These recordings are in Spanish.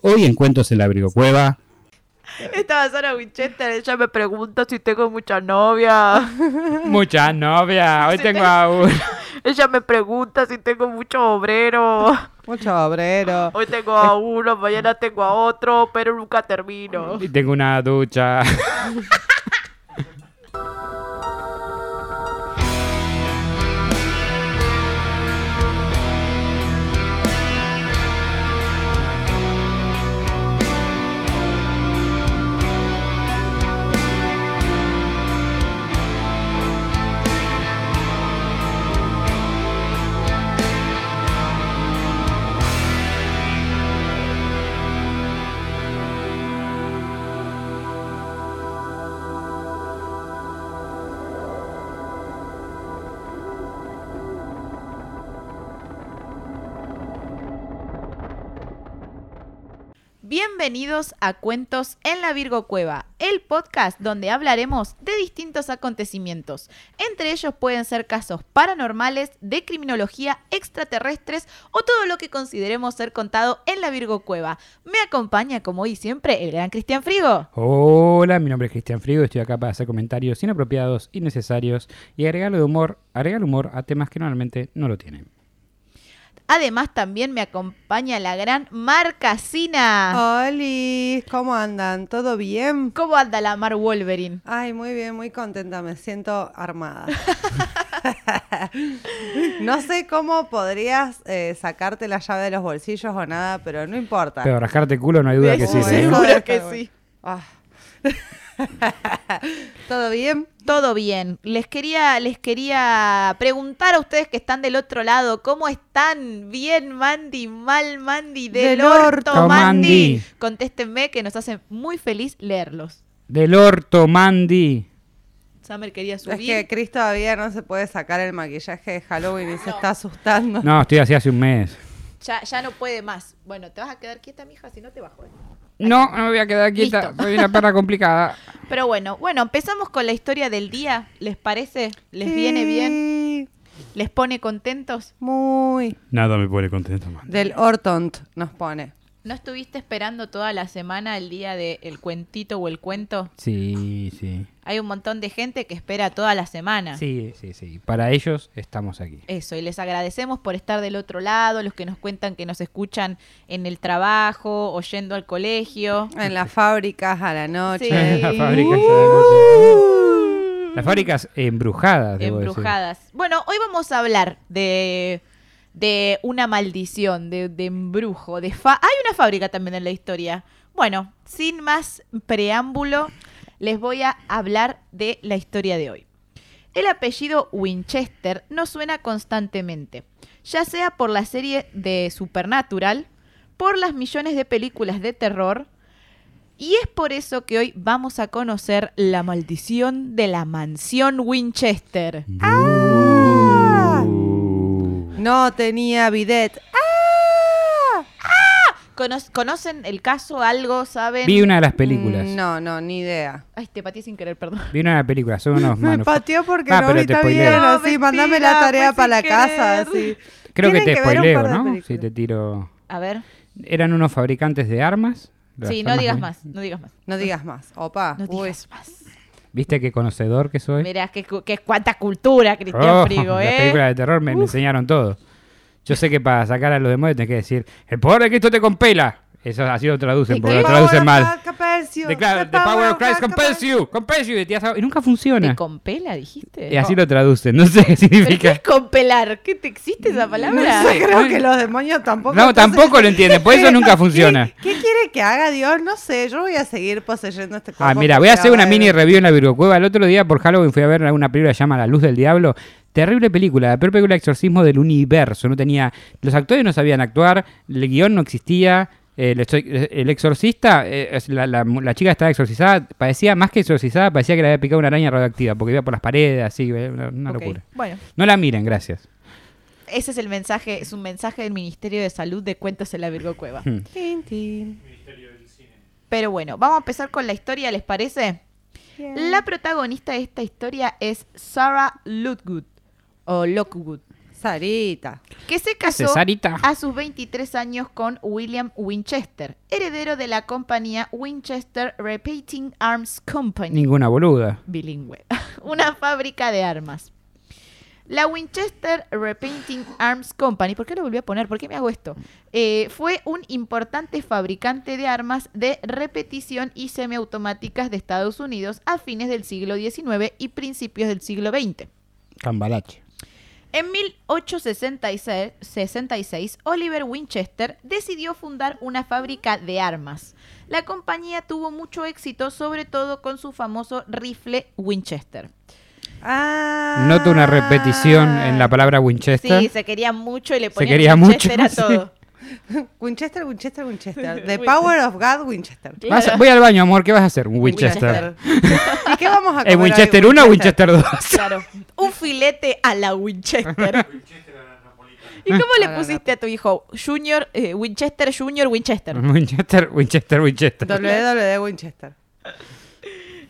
Hoy en Cuentos en la Brigocueva. Estaba Sara Winchester, ella me pregunta si tengo mucha novia. Muchas novias. Hoy tengo a una. Ella me pregunta si tengo mucho obrero. Mucho obrero. Hoy tengo a uno, mañana tengo a otro, pero nunca termino. Y tengo una ducha. Bienvenidos a Cuentos en la Virgo Cueva, el podcast donde hablaremos de distintos acontecimientos. Entre ellos pueden ser casos paranormales, de criminología, extraterrestres o todo lo que consideremos ser contado en la Virgo Cueva. Me acompaña, como hoy siempre, el gran Cristian Frigo. Hola, mi nombre es Cristian Frigo. Estoy acá para hacer comentarios inapropiados, innecesarios y agregarle de humor, agregar humor a temas que normalmente no lo tienen. Además, también me acompaña la gran Oh. Marcasina. Oli, ¿cómo andan? ¿Todo bien? ¿Cómo anda la Mar Wolverine? Ay, muy bien, muy contenta, me siento armada. no sé cómo podrías eh, sacarte la llave de los bolsillos o nada, pero no importa. Pero rascarte el culo no hay duda que sí. Uy, ¿eh? eso Seguro debe que estar sí. bueno. Ah. ¿Todo bien? Todo bien. Les quería, les quería preguntar a ustedes que están del otro lado, ¿cómo están? Bien, Mandy, mal, Mandy, del, Del orto, orto, Mandy. Mandy. Contéstenme que nos hace muy feliz leerlos. Del orto, Mandy. Summer quería subir. Es que Chris todavía no se puede sacar el maquillaje de Halloween y se está asustando. No, estoy así hace un mes. ya, ya no puede más. Bueno, te vas a quedar quieta, mija, si no te bajo. eh. No, no me voy a quedar quieta. Listo. Soy una perra complicada. Pero bueno, bueno, empezamos con la historia del día. ¿Les parece? ¿Les viene bien? Sí, ¿Les pone contentos? Muy. Nada me pone contento, Mandy. Del Ortont nos pone. ¿No estuviste esperando toda la semana el día del cuentito o el cuento? Sí, sí. Hay un montón de gente que espera toda la semana. Sí, sí, sí. Para ellos estamos aquí. Eso, y les agradecemos por estar del otro lado, los que nos cuentan que nos escuchan en el trabajo, oyendo al colegio. En las fábricas a la noche. Sí. La fábrica. uh. Las fábricas embrujadas, debo decir. Embrujadas. Bueno, hoy vamos a hablar de, de una maldición, de, de embrujo, de fa Hay una fábrica también en la historia. Bueno, sin más preámbulo, les voy a hablar de la historia de hoy. El apellido Winchester nos suena constantemente, ya sea por la serie de Supernatural, por las millones de películas de terror, y es por eso que hoy vamos a conocer la maldición de la mansión Winchester. Uh. No tenía bidet. Cono- ¿Conocen el caso? ¿Algo? ¿Saben? Vi una de las películas. Mm, No, no, ni idea. Ay, te pateé sin querer, perdón. Vi una de las películas. Son unos Me manufa- pateó porque Ah, no pero vi te tan spoileé. bien. No, así, mandame mentira, la tarea fue para la sin casa. querer. Así. Creo que te Tienen ver un spoileo, par de ¿no? películas. Si te tiro. A ver. Eran unos fabricantes de armas. las Sí, no armas digas Win- más, no digas más. No digas más. Opa. pues. No Uy. digas más. ¿Viste qué conocedor que soy? Mirá, que, cu- que cuánta cultura, Cristian Oh, Frigo, Las ¿eh? películas de terror me, me enseñaron todo. Yo sé que para sacar a los demonios tenés que decir: El poder de Cristo te compela. Eso así lo traducen, Sí, porque the lo Power traducen of mal. God compels you. De, claro, The the power of Christ God compels you, compels you. Y, te hace- y nunca funciona. ¿Te compela, dijiste? Oh, Y así lo traducen. No sé qué Eh, ¿Pero qué es significa. compelar? ¿Qué te existe esa palabra? No sé, creo que los demonios tampoco. No, entonces- tampoco lo entienden. Por eso nunca funciona. ¿Qué, qué quiere que haga Dios? No sé, yo voy a seguir poseyendo este cuerpo. Ah, mira, voy a porque hacer una ahora mini es- review en la Virgocueva. El otro día por Halloween fui a ver una película que se llama La Luz del Diablo. Terrible película, la peor película de exorcismo del universo. No tenía, los actores no sabían actuar, el guión no existía. El, exor- el exorcista, eh, es la, la mu- la chica estaba exorcizada, parecía más que exorcizada, parecía que le había picado una araña radioactiva, porque iba por las paredes, así, eh, una, una Ok. locura. Bueno, No la miren, gracias. ese es el mensaje, es un mensaje del Ministerio de Salud de Cuentos en la Virgo Cueva. Hmm. Tin, tin. Pero bueno, vamos a empezar con la historia, ¿les parece? La protagonista de esta historia es Sarah Lockwood, o Lockwood, Sarita. que se hace, casó Sarita? a sus 23 años con William Winchester, heredero de la compañía Winchester Repeating Arms Company. Ninguna boluda. bilingüe, una fábrica de armas. La Winchester Repainting Arms Company, ¿por qué lo volví a poner? ¿Por qué me hago esto? Eh, fue un importante fabricante de armas de repetición y semiautomáticas de Estados Unidos a fines del siglo XIX y principios del siglo XX. Cambalache. En 1866, 66, Oliver Winchester decidió fundar una fábrica de armas. La compañía tuvo mucho éxito, sobre todo con su famoso rifle Winchester. Ah. Noto una repetición en la palabra Winchester. Sí, se quería mucho y le Se ponía quería Winchester mucho, a todo. Winchester, Winchester, Winchester. The Power of God, Winchester. Vas- voy al baño, amor, ¿qué vas a hacer? Un Winchester. ¿Y qué Ah, vamos a comer ¿En hoy? Winchester 1 o Winchester 2? Claro. Un filete a la Winchester. ¿Y cómo le pusiste a tu hijo? Junior, eh, Winchester, Junior, Winchester. Winchester, Winchester, Winchester. WW E Winchester.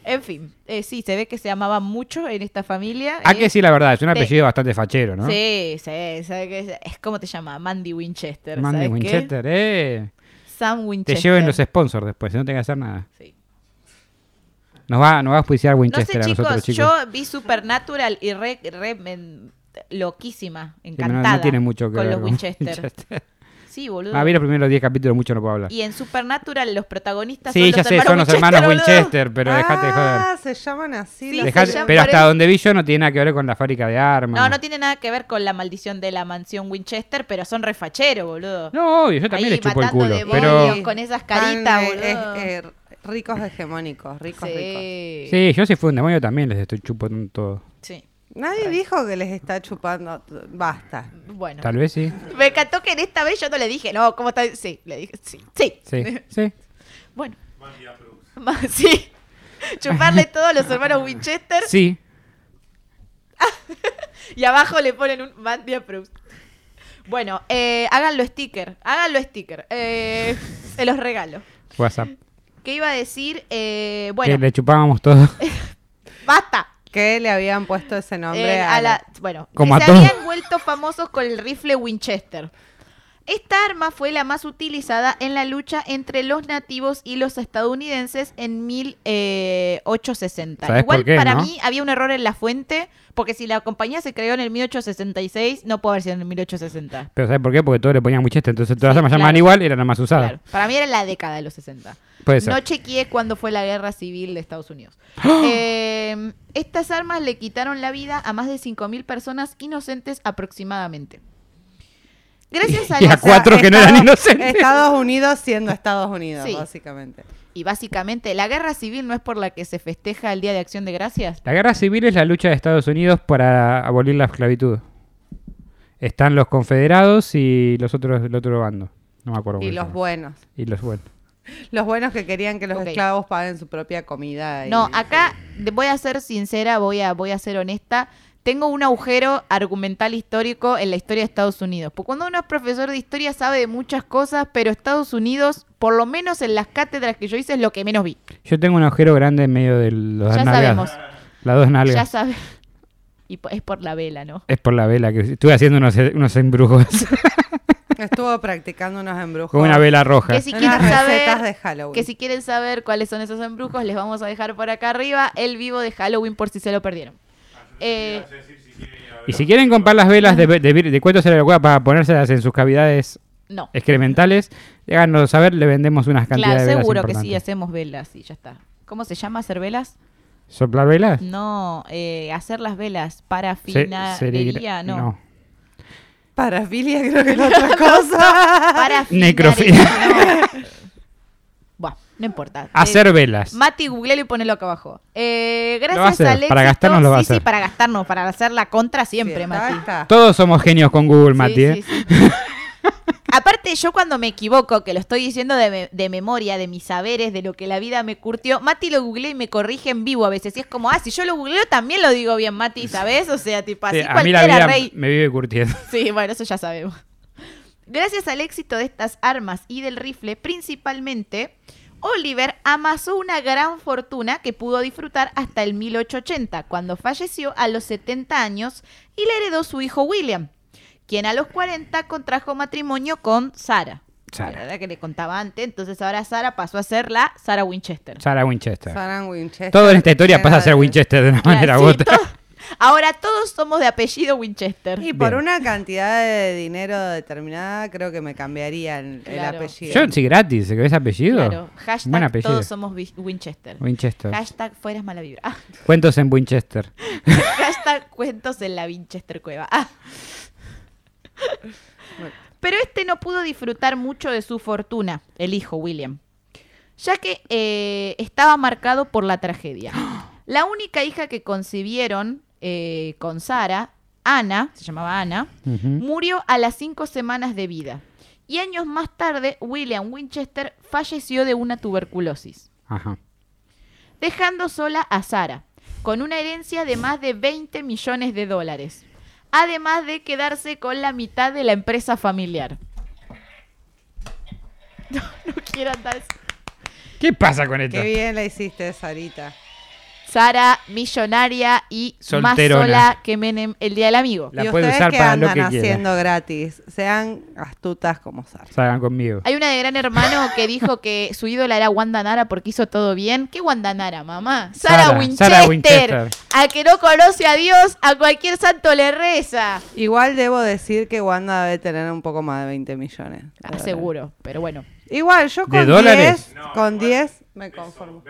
En fin, eh, sí, se ve que se amaba mucho en esta familia. Ah, eh. que sí, la verdad, es un te- apellido bastante fachero, ¿no? Sí, sí, ¿sabe qué es? Es como te llama, Mandy Winchester. Mandy ¿sabes qué? Winchester, eh. Sam Te Winchester. lleven los sponsors después, no tengas que hacer nada. Sí. Nos va, nos va a auspiciar No sé, Winchester chicos, a nosotros, chicos. yo vi Supernatural y re, re- men- loquísima, Sí, pero no- encantada. no, tiene mucho que con ver los con Winchester. Sí, boludo. Ah, vi los primeros 10 capítulos, mucho no puedo hablar. Y en Supernatural los protagonistas Sí, son ya los sé, hermanos son los hermanos boludo. Winchester, pero dejate de joder. Ah, se llaman así. Sí, los- Dejá- Dejate- llaman pero por hasta eso. donde vi yo no tiene nada que ver con la fábrica de armas. No, no tiene nada que ver con la maldición de la mansión Winchester, pero son refachero, boludo. No, obvio, yo también Ahí le chupo el matando culo. demonios Pero con esas Tan, caritas, eh, boludo. eh, eh, ricos hegemónicos, ricos, ricos. sí. sí, yo si fui un demonio también les estoy chupando todo. Sí. Nadie dijo que les está chupando. Basta. Bueno. Tal vez sí. Me encantó que en esta vez yo no le dije, no, ¿cómo está? Sí, le dije, sí, sí. Sí, sí. Bueno. Más- Sí. Chuparle todo a los hermanos Winchester Sí. y abajo le ponen un Mandia Proust. Bueno, eh, háganlo sticker, háganlo sticker. Eh, se los regalo. WhatsApp. ¿Qué iba a decir? Eh, Que bueno, le chupábamos todo. basta. Que le habían puesto ese nombre Eh, a, a la- la- bueno, Como que a se todo. habían vuelto famosos con el rifle Winchester. Esta arma fue la más utilizada en la lucha entre los nativos y los estadounidenses en 1860. ¿Sabes Igual por qué, para no? mí había un error en la fuente, porque si la compañía se creó en el 1866, no puede haber sido en el 1860. Pero ¿sabes por qué? Porque todos le ponían Winchester, entonces todas Sí, las armas llamaban claro. igual y eran las más usadas. Claro, Para mí era la década de los 60. Puede ser. ¡Ah! No chequeé cuándo fue la guerra civil de Estados Unidos. Eh, estas armas le quitaron la vida a más de 5.000 personas inocentes aproximadamente. Gracias a Y a las... cuatro- que no eran inocentes. Estados Unidos siendo Estados Unidos, Sí. básicamente. Y básicamente, la guerra civil no es por la que se festeja el Día de Acción de Gracias. La guerra civil es la lucha de Estados Unidos para abolir la esclavitud. Están los confederados y los otros del otro bando. No me acuerdo. Y cómo se los llama. buenos. Y los buenos. Los buenos que querían que los Ok. esclavos paguen su propia comida. y- No, acá de- voy a ser sincera, voy a, voy a ser honesta. Tengo un agujero argumental histórico en la historia de Estados Unidos. Porque cuando uno es profesor de historia sabe de muchas cosas, pero Estados Unidos, por lo menos en las cátedras que yo hice, es lo que menos vi. Yo tengo un agujero grande en medio de los Ya dos nalgas. sabemos. Las dos nalgas. Ya sabes. Y po- es por la vela, ¿no? Es por la vela que estuve haciendo unos, unos embrujos Estuvo practicando unos embrujos. con una vela roja. Que si Unas quieren recetas saber, de Halloween. que si quieren saber cuáles son esos embrujos, les vamos a dejar por acá arriba el vivo de Halloween por si se lo perdieron. Ah, Eh, Y si quieren comprar las velas de, de, de cuentos de la locura para ponérselas en sus cavidades Eh, ¿eh? no. excrementales, háganos saber, le vendemos unas cantidades Claro, de velas. seguro que sí, importantes. hacemos velas y ya está. ¿Cómo se llama hacer velas? ¿Soplar velas? No, eh, hacer las velas para Se- serigra- finaría, no. no. Parafilia creo que es otra cosa. Para Necrofilia. Bueno, no importa. Eh, Hacer velas. Mati, googlealo y ponelo acá abajo. Eh, gracias Lo va a hacer, al éxito- para gastarnos lo va a sí, sí, hacer. para gastarnos, para hacer la contra siempre, Bien, Mati. ahí está. Todos somos genios con Google, Mati. Sí, ¿eh? sí, sí. Aparte, yo cuando me equivoco, que lo estoy diciendo de, me- de memoria, de mis saberes, de lo que la vida me curtió, Mati lo googleé y me corrige en vivo a veces. Y es como, ah, si yo lo googleo también lo digo bien, Mati, ¿sabes? O sea, tipo, así Sí, a mí la vida cualquiera, rey. me vive curtiendo. Sí, bueno, eso ya sabemos. Gracias al éxito de estas armas y del rifle, principalmente, Oliver amasó una gran fortuna que pudo disfrutar hasta el 1880, cuando falleció a los 70 años y le heredó su hijo William, quien a los 40 contrajo matrimonio con Sara. Sara. Era la que le contaba antes, entonces ahora Sara pasó a ser la Sara Winchester. Sara Winchester. Sarah Winchester. Todo en esta historia pasa a ser Era- Winchester de una Claro, manera u sí, otra. to- ahora todos somos de apellido Winchester. Y por Bien. una cantidad de dinero determinada, creo que me cambiaría el, el Claro. apellido. Yo, sí, gratis, ¿ves apellido? Claro, Buen hashtag apellido. todos somos vi- Winchester. Winchester. Hashtag fueras mala vibra. Ah, Cuentos en Winchester. hashtag cuentos en la Winchester cueva. Ah. Pero este no pudo disfrutar mucho de su fortuna, el hijo William, ya que eh, estaba marcado por la tragedia. La única hija que concibieron eh, con Sara, Ana, se llamaba Ana, Ujú. murió a las cinco semanas de vida. Y años más tarde, William Winchester falleció de una tuberculosis, Ajá. dejando sola a Sara, con una herencia de más de 20 millones de dólares, además de quedarse con la mitad de la empresa familiar. No, no quiero andar. ¿Qué pasa con esto? Qué bien la hiciste, Sarita. Sara, millonaria y Solterona. más sola que Menem el día del amigo. La y puede ustedes usar que para lo andan que quiera. haciendo gratis, sean astutas como Sara. Salgan conmigo. Hay una de Gran Hermano que dijo que su ídola era Wanda Nara porque hizo todo bien. ¿Qué Wanda Nara, mamá? Sara, Sara, Winchester. Sara Winchester. A que no conoce a Dios, a cualquier santo le reza. Igual debo decir que Wanda debe tener un poco más de 20 millones. de Ah, dólares. seguro, pero bueno. Igual, yo ¿De con dólares? 10, con 10 me conformo.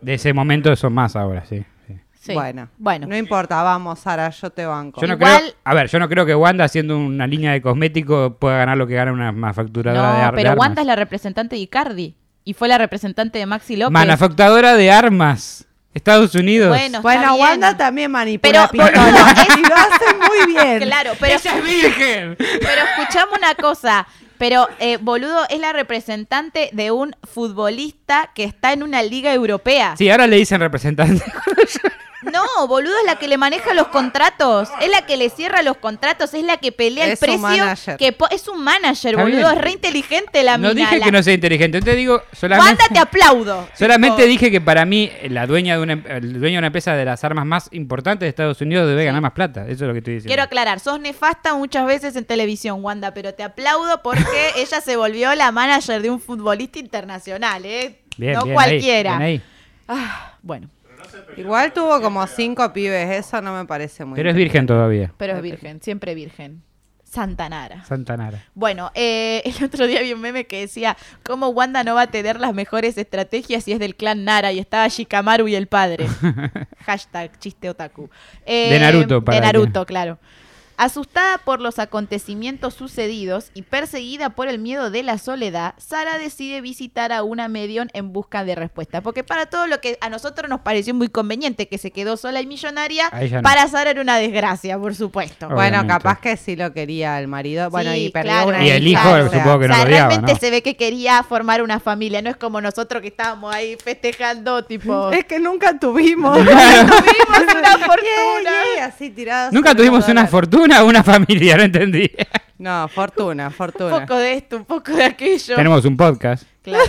De ese momento son más ahora, sí. sí. sí. Bueno, Bueno. no importa, vamos, Sara, yo te banco. Yo no Igual- creo, a ver, yo no creo que Wanda haciendo una línea de cosméticos pueda ganar lo que gana una manufacturadora de, No, ar- de pero armas. Wanda es la representante de Icardi. Y fue la representante de Maxi López. Manufacturadora de armas. Estados Unidos. Bueno, está bueno, bien. Wanda también manipula Pero, pistolas boludo, es- y lo hace muy bien. Claro, pero, ¡Ella es virgen! pero escuchame una cosa. Pero, eh, boludo, es la representante de un futbolista que está en una liga europea. Sí, ahora le dicen representante. No, boludo, es la que le maneja los contratos. Es la que le cierra los contratos. Es la que pelea el Es su precio. manager. Que po- es un manager, Está boludo. bien. Es re inteligente la no mina. dije la- que no sea inteligente, te digo solamente... Wanda, te aplaudo. Solamente Tipo, dije que para mí la dueña de una, em- el dueño de una empresa de las armas más importantes de Estados Unidos debe ganar más plata. Eso es lo que estoy diciendo. Quiero aclarar, sos nefasta muchas veces en televisión, Wanda, pero te aplaudo porque ella se volvió la manager de un futbolista internacional, ¿eh? Bien, no bien ahí, cualquiera. bien ahí. Ah, bueno, Igual tuvo como cinco pibes, eso no me parece muy Pero es bien. virgen todavía. pero es virgen, siempre virgen. Santanara. Santanara. Bueno, eh, el otro día vi un meme que decía cómo Wanda no va a tener las mejores estrategias si es del clan Nara y estaba Shikamaru y el padre. Hashtag chiste otaku. Eh, De Naruto, para De que- Naruto, claro. Asustada por los acontecimientos sucedidos y perseguida por el miedo de la soledad, Sara decide visitar a una medium en busca de respuesta. Porque para todo lo que a nosotros nos pareció muy conveniente que se quedó sola y millonaria, A ella no. para Sara era una desgracia, por supuesto. Bueno, Obviamente. capaz que sí lo quería el marido. Bueno, Sí, y perdió claro. una Y el hijo, hija, o sea, supongo que no o sea, lo odiaba, realmente ¿no? se ve que quería formar una familia, no es como nosotros que estábamos ahí festejando, tipo. Es que nunca tuvimos. Tuvimos una fortuna. Yeah, yeah, así tirados Nunca sobre tuvimos los una dólares. fortuna o una familia, no entendí. No, fortuna, Un fortuna. poco de esto, un poco de aquello. Tenemos un podcast. Claro,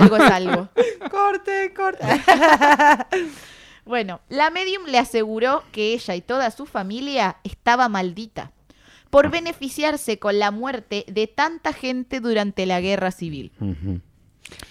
algo es algo. corte, corte. Bueno, la medium le aseguró que ella y toda su familia estaba maldita por beneficiarse con la muerte de tanta gente durante la guerra civil.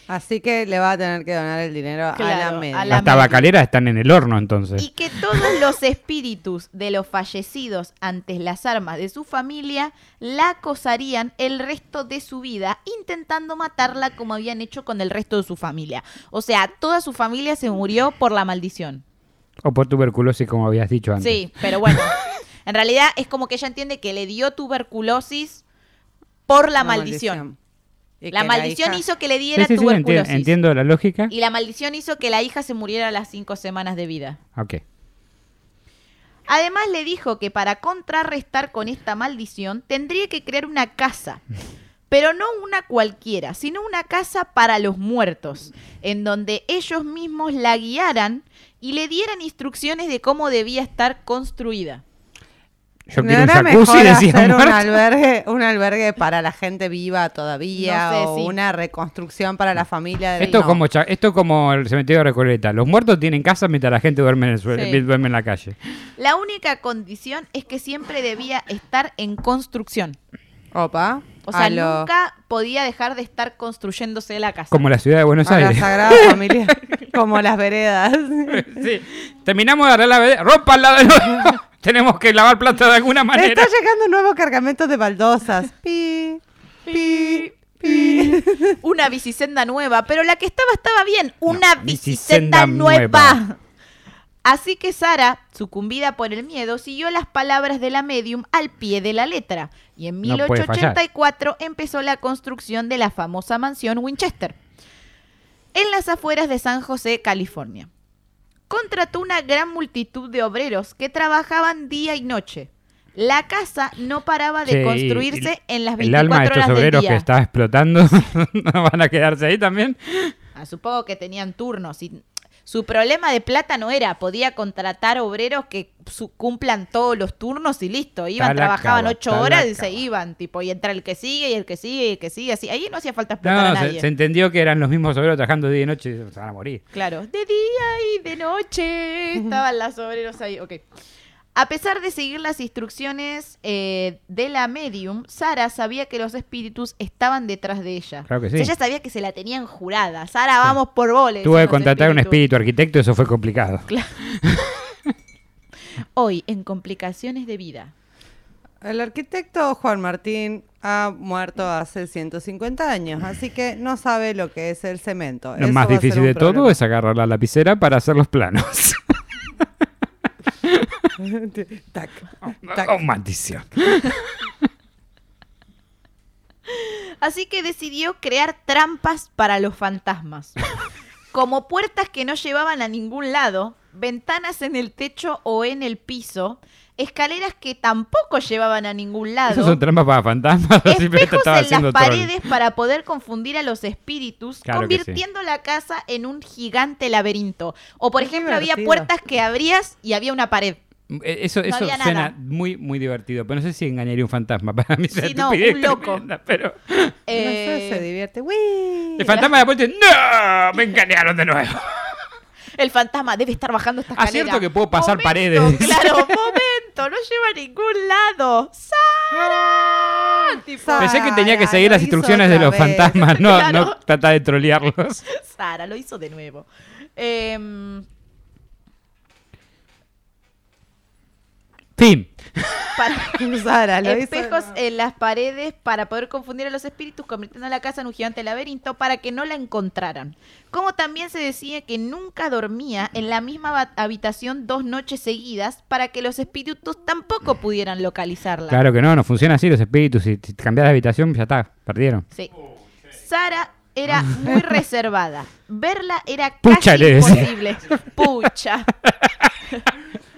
Así que le va a tener que donar el dinero a Claro, la media. a la- Las tabacaleras están en el horno entonces. Y que todos los espíritus de los fallecidos antes las armas de su familia la acosarían el resto de su vida intentando matarla como habían hecho con el resto de su familia. O sea, toda su familia se murió por la maldición. O por tuberculosis, como habías dicho antes. Sí, pero bueno. En realidad es como que ella entiende que le dio tuberculosis por la, Una maldición. Y La que maldición hija- hizo que le Sí, diera sí, sí, enti- tuberculosis. entiendo la lógica. Y la maldición hizo que la hija se muriera a las cinco semanas de vida. Ok. Además le dijo que para contrarrestar con esta maldición tendría que crear una casa. Pero no una cualquiera, sino una casa para los muertos, en donde ellos mismos la guiaran y le dieran instrucciones de cómo debía estar construida. Yo ¿No quiero un era jacuzzi, mejor decía hacer un Marta. albergue, un albergue para la gente viva No todavía sé, o sí. una reconstrucción para la familia? de- Esto no. como cha- esto como el cementerio de Recoleta. Los muertos tienen casa mientras la gente duerme en el suelo, Sí. duerme en la calle. La única condición es que siempre debía estar en construcción. Opa. O sea, a lo- nunca podía dejar de estar construyéndose la casa. Como la ciudad de Buenos a la Aires. Sagrada Familia, como las veredas. Sí. Terminamos de arreglar la vereda. Ropa al lado de nuevo. Tenemos que lavar plata de alguna manera. Está llegando un nuevo cargamento de baldosas. Pi, pi, pi. Una bicicenda nueva, pero la que estaba estaba bien. Una No, bicicenda bicicenda nueva. nueva. Así que Sara, sucumbida por el miedo, siguió las palabras de la medium al pie de la letra. Y en No puede fallar. 1884 empezó la construcción de la famosa mansión Winchester, en las afueras de San José, California. Contrató una gran multitud de obreros que trabajaban día y noche. La casa no paraba de Che, y- construirse en las 24 horas del El alma de estos obreros que día. está explotando no van a quedarse ahí también. Ah, supongo que tenían turnos. Y su problema de plata no era, podía contratar obreros que su- cumplan todos los turnos y listo. Iban, Talacaba, trabajaban ocho horas y se talacaba. iban, tipo, y entra el que sigue y el que sigue y el que sigue, así. Ahí no hacía falta explotar a No, nadie. se, se entendió que eran los mismos obreros trabajando día y noche. Se van a morir. Claro, de día y de noche estaban las obreros ahí. Ok. A pesar de seguir las instrucciones eh, de la medium, Sara sabía que los espíritus estaban detrás de ella. Claro que O sea, sí. ella sabía que se la tenían jurada. Sara, vamos por boles. Tuve que contratar un espíritu arquitecto, eso fue complicado. Hoy, en Complicaciones de Vida. El arquitecto Juan Martín ha muerto hace 150 años, así que no sabe lo que es el cemento. Lo Eso más va a ser difícil un de todo problema. es agarrar la lapicera para hacer los planos. Tac, tac. Oh, maldición. Así que decidió crear trampas para los fantasmas. Como puertas que no llevaban a ningún lado, ventanas en el techo o en el piso, escaleras que tampoco llevaban a ningún Esas lado, son trampas para fantasmas. Simplemente espejos estaba en haciendo las troll. paredes para poder confundir a los espíritus, Claro que sí. convirtiendo la casa en un gigante laberinto. O por Qué ejemplo, había divertido. puertas que abrías y había una pared. Eh, Eso, eso había suena nada. muy, muy divertido. Pero no sé si engañaría un fantasma. Para mí es una Sí, no, estupidez un loco. tremenda, pero No sé, se Eh, divierte. ¡Uy! el fantasma de la puerta ¡No! Me engañaron de nuevo. el fantasma debe estar bajando esta escalera. Acierto que puedo pasar Momento, paredes. Claro, momento, no lleva a ningún lado. Sara. Tipo, Sa- Pensé que tenía que Ay, seguir lo las hizo instrucciones de otra los vez. fantasmas, no, Claro. no tratar de trolearlos. Sara lo hizo de nuevo. Em, Fin. para- Sara, lo hizo de espejos eh. nuevo. en las paredes para poder confundir a los espíritus, convirtiendo la casa en un gigante laberinto para que no la encontraran. Como también se decía que nunca dormía en la misma ba- habitación dos noches seguidas para que los espíritus tampoco pudieran localizarla. Claro que no, no funciona así los espíritus. Si, si cambias de habitación, ya está, perdieron. Sí. Sara era muy reservada. Verla era casi Pucha, le decía. imposible. Pucha.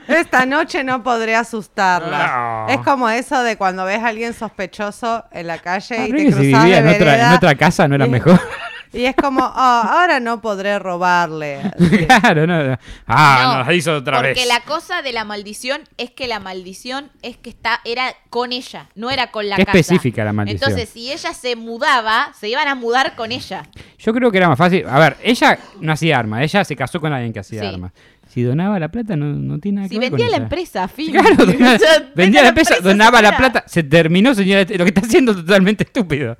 Esta noche no podré asustarla. No. Es como eso de cuando ves a alguien sospechoso en la calle y Habría Ah, te que si vivía cruzas de en otra, en vereda otra casa no era mejor. y es como, "Oh, ahora no podré robarle. Sí. claro, no. no. Ah, No, nos hizo otra porque vez. la cosa de la maldición es que la maldición es que está, era con ella, no era con la Qué casa. específica la maldición. Entonces, si ella se mudaba, se iban a mudar con ella. Yo creo que era más fácil. A ver, ella no hacía armas, ella se casó con alguien que hacía Sí. armas. Si donaba la plata, no, no tiene nada que Si ver Ah, con vendía la ella. empresa, fin. Claro, donaba- O sea, vendía la empresa, donaba la señora. plata. Se terminó, señora. Lo que está haciendo es totalmente estúpido.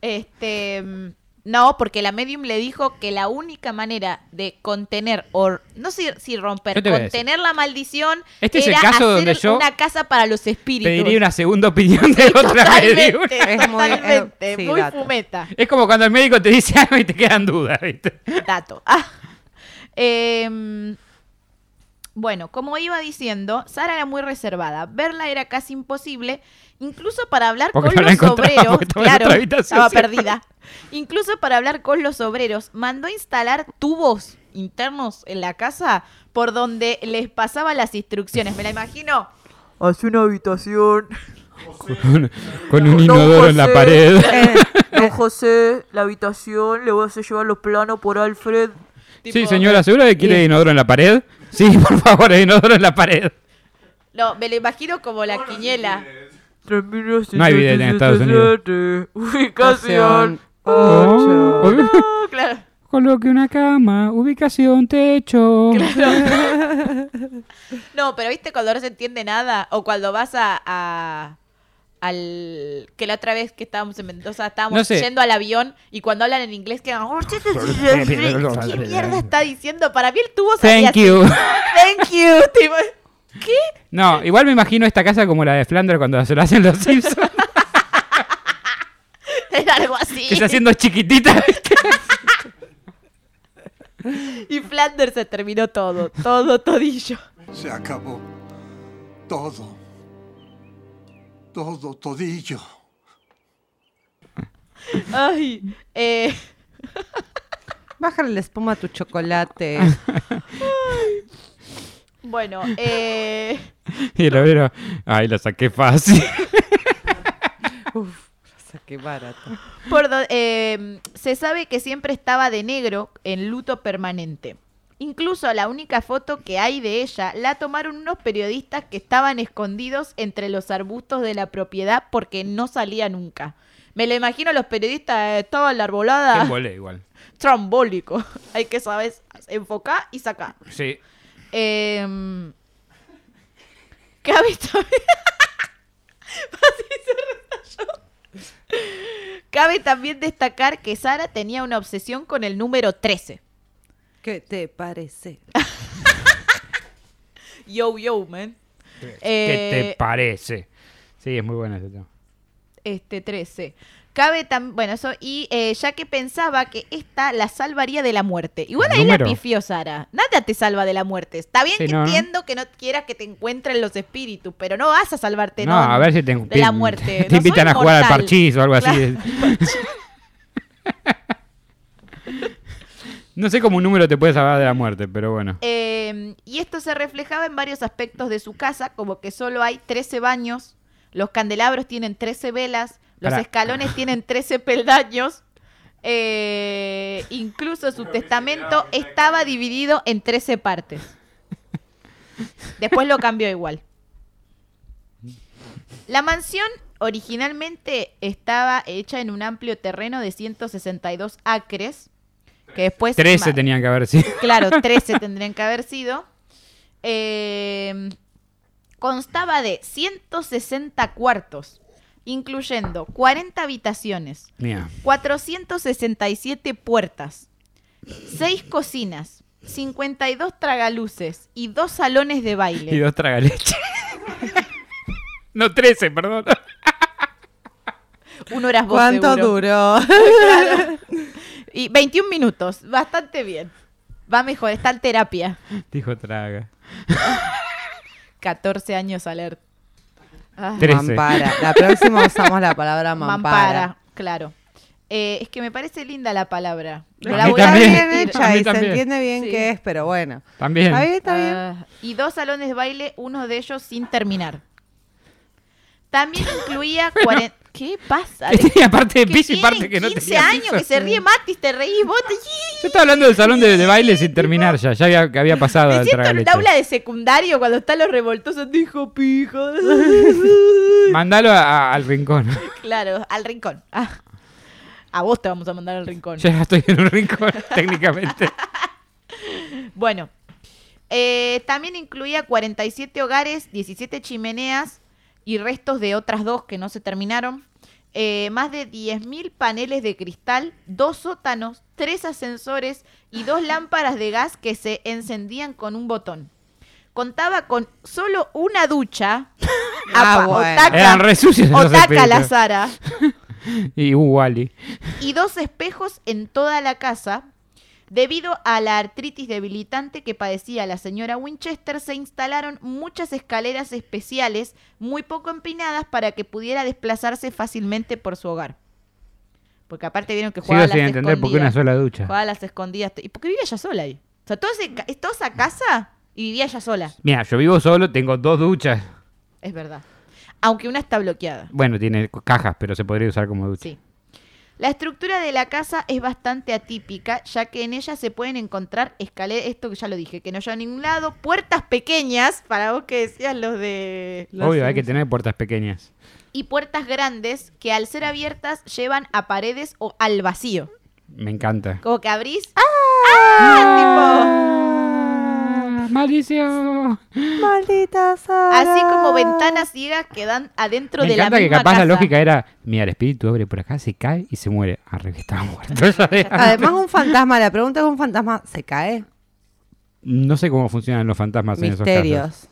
Este, mm, no, porque la medium le dijo que la única manera de contener o no sé si romper, Yo te voy a decir. contener la maldición Este es el era caso hacer donde yo una casa para los espíritus. Pediría una segunda opinión de otra totalmente, medium. Es muy- totalmente, eh, sí, muy dato. fumeta. Es como cuando el médico te dice algo y te quedan dudas, ¿viste? Dato. Ah. Em, bueno, como iba diciendo, Sara era muy reservada. Verla era casi imposible, incluso para hablar Porque con no la los encontraba, obreros. porque estaba en Claro, otra habitación, estaba ¿cierto? perdida. Incluso para hablar con los obreros, mandó instalar tubos internos en la casa por donde les pasaba las instrucciones. Me la imagino. Hace una habitación. Con, con un No, inodoro en la José. pared. Don José, la habitación, le voy a hacer llevar los planos por Alfred. eh, Sí, señora, ¿seguro que quiere inodoro en la pared? Sí, por favor, inodoro en la pared. No, me lo imagino como la quiniela. No hay video en Estados Unidos. Ubicación. Oh. No, claro. Coloque una cama, ubicación, techo. No, pero viste cuando no se entiende nada o cuando vas a, a- al que la otra vez que estábamos en Mendoza estábamos No sé. yendo al avión y cuando hablan en inglés quedan "Oh, sí, sí, sí, sí, sí". ¿Qué mierda está diciendo? Para mí el tubo salía Thank you. así. Thank you. tipo, ¿Qué? No, igual me imagino esta casa como la de Flanders cuando se lo hacen los Simpsons. Era algo así. que está haciendo chiquitita. ¿viste? Y Flanders se terminó todo, todo todillo. Se acabó. Todo. Todo, todillo. Ay, eh, Bájale la espuma a tu chocolate. bueno, eh, y el obrero, ay, la saqué fácil. Uf, saqué barato. por do- eh, se sabe que siempre estaba de negro en luto permanente. Incluso la única foto que hay de ella la tomaron unos periodistas que estaban escondidos entre los arbustos de la propiedad porque no salía nunca. Me lo imagino a los periodistas, eh, toda la arbolada, volé igual. trambólico. Hay que saber enfocar y sacar. Sí. Eh, ¿Qué ha visto? Así se retalló. Cabe también destacar que Sara tenía una obsesión con el número 13. ¿Qué te parece? Yo, yo, man. ¿Qué Eh, te parece? Sí, es muy bueno ese tema. este 13. Cabe también, bueno, eso, y eh, ya que pensaba que esta la salvaría de la muerte. Igual ahí Número. la pifió Sara. Nada te salva de la muerte. Está bien Sí, que no, ¿no? entiendo que no quieras que te encuentren los espíritus, pero no vas a salvarte, no, ¿no? a ver si te, de la muerte. te No invitan soy a jugar al mortal. parchís o algo así. Claro. no sé cómo un número te puede salvar de la muerte, pero bueno. Eh, y esto se reflejaba en varios aspectos de su casa, como que solo hay 13 baños, los candelabros tienen 13 velas, los Pará. escalones tienen 13 peldaños. eh, incluso su testamento estaba dividido en 13 partes. Después lo cambió igual. La mansión originalmente estaba hecha en un amplio terreno de 162 acres, que después... 13 ma- tenían que haber sido. Claro, 13 tendrían que haber sido. Eh, constaba de 160 cuartos, incluyendo 40 habitaciones, Mira, 467 puertas, 6 cocinas, 52 tragaluces y 2 salones de baile. Y dos tragaleches. no, 13, perdón. Uno eras vos, ¿Cuánto seguro. duró? Y 21 minutos, bastante bien. Va mejor, está en terapia. Dijo traga. 14 años alert. Ah. Trece. Mampara. La próxima usamos la palabra Mampara, mampara. claro. Eh, es que me parece linda la palabra. A No la mí voy a también. Está bien repetir. A mí hecha y se también. entiende bien Sí. qué es, pero bueno. También. Está bien, está bien. Ah, y dos salones de baile, uno de ellos sin terminar. También incluía 40... ¿Qué pasa? Que tenía parte de Que piso y parte que tienen no 15 tenía años piso. que se ríe Matis, te reís vos. te- Yo estaba hablando del salón de, de baile sin terminar ya. Ya había, que había pasado Me al siento en un tragaleche. aula de secundario cuando están los revoltosos. Dijo pija. Mandalo a- a- al rincón. claro, al rincón. Ah. A vos te vamos a mandar al rincón. Yo ya estoy en un rincón, técnicamente. Bueno, eh, también incluía 47 hogares, 17 chimeneas y restos de otras dos que no se terminaron. eh, más de 10.000 paneles de cristal, dos sótanos, tres ascensores y dos lámparas de gas que se encendían con un botón. Contaba con solo una ducha. Ah, Apa, bueno. otaca, Eran re sucios los otaca la espíritus. Sara Y un Wally. y dos espejos en toda la casa. Debido a la artritis debilitante que padecía la señora Winchester, se instalaron muchas escaleras especiales muy poco empinadas para que pudiera desplazarse fácilmente por su hogar. Porque aparte vieron que Sigo jugaba a las sin entender por qué una escondidas. sola ducha. Jugaba a las escondidas. ¿Y por qué vivía ella sola ahí? O sea, toda, ese ca- toda esa casa y vivía ella sola. Mira, yo vivo solo, tengo dos duchas. Es verdad. Aunque una está bloqueada. Bueno, tiene cajas, pero se podría usar como ducha. Sí. La estructura de la casa es bastante atípica, ya que en ella se pueden encontrar escaleras, esto que ya lo dije, que no lleva a ningún lado, puertas pequeñas, para vos que decías los de... Obvio, hay que tener puertas pequeñas. Y puertas grandes que al ser abiertas llevan a paredes o al vacío. Me encanta. Como que abrís... ¡Ah! ¡Ah! Tipo, Ah, ¡Maldición! Maldita Sara. Así como ventanas ciegas que dan adentro Me de la encanta misma que capaz casa. la lógica era, mira, el espíritu abre por acá, se cae y se muere. Arre, que estaba muerto. ya de antes. Además, un fantasma, la pregunta es: ¿un fantasma se cae? no sé cómo funcionan los fantasmas Ah, en esos casos. Misterios.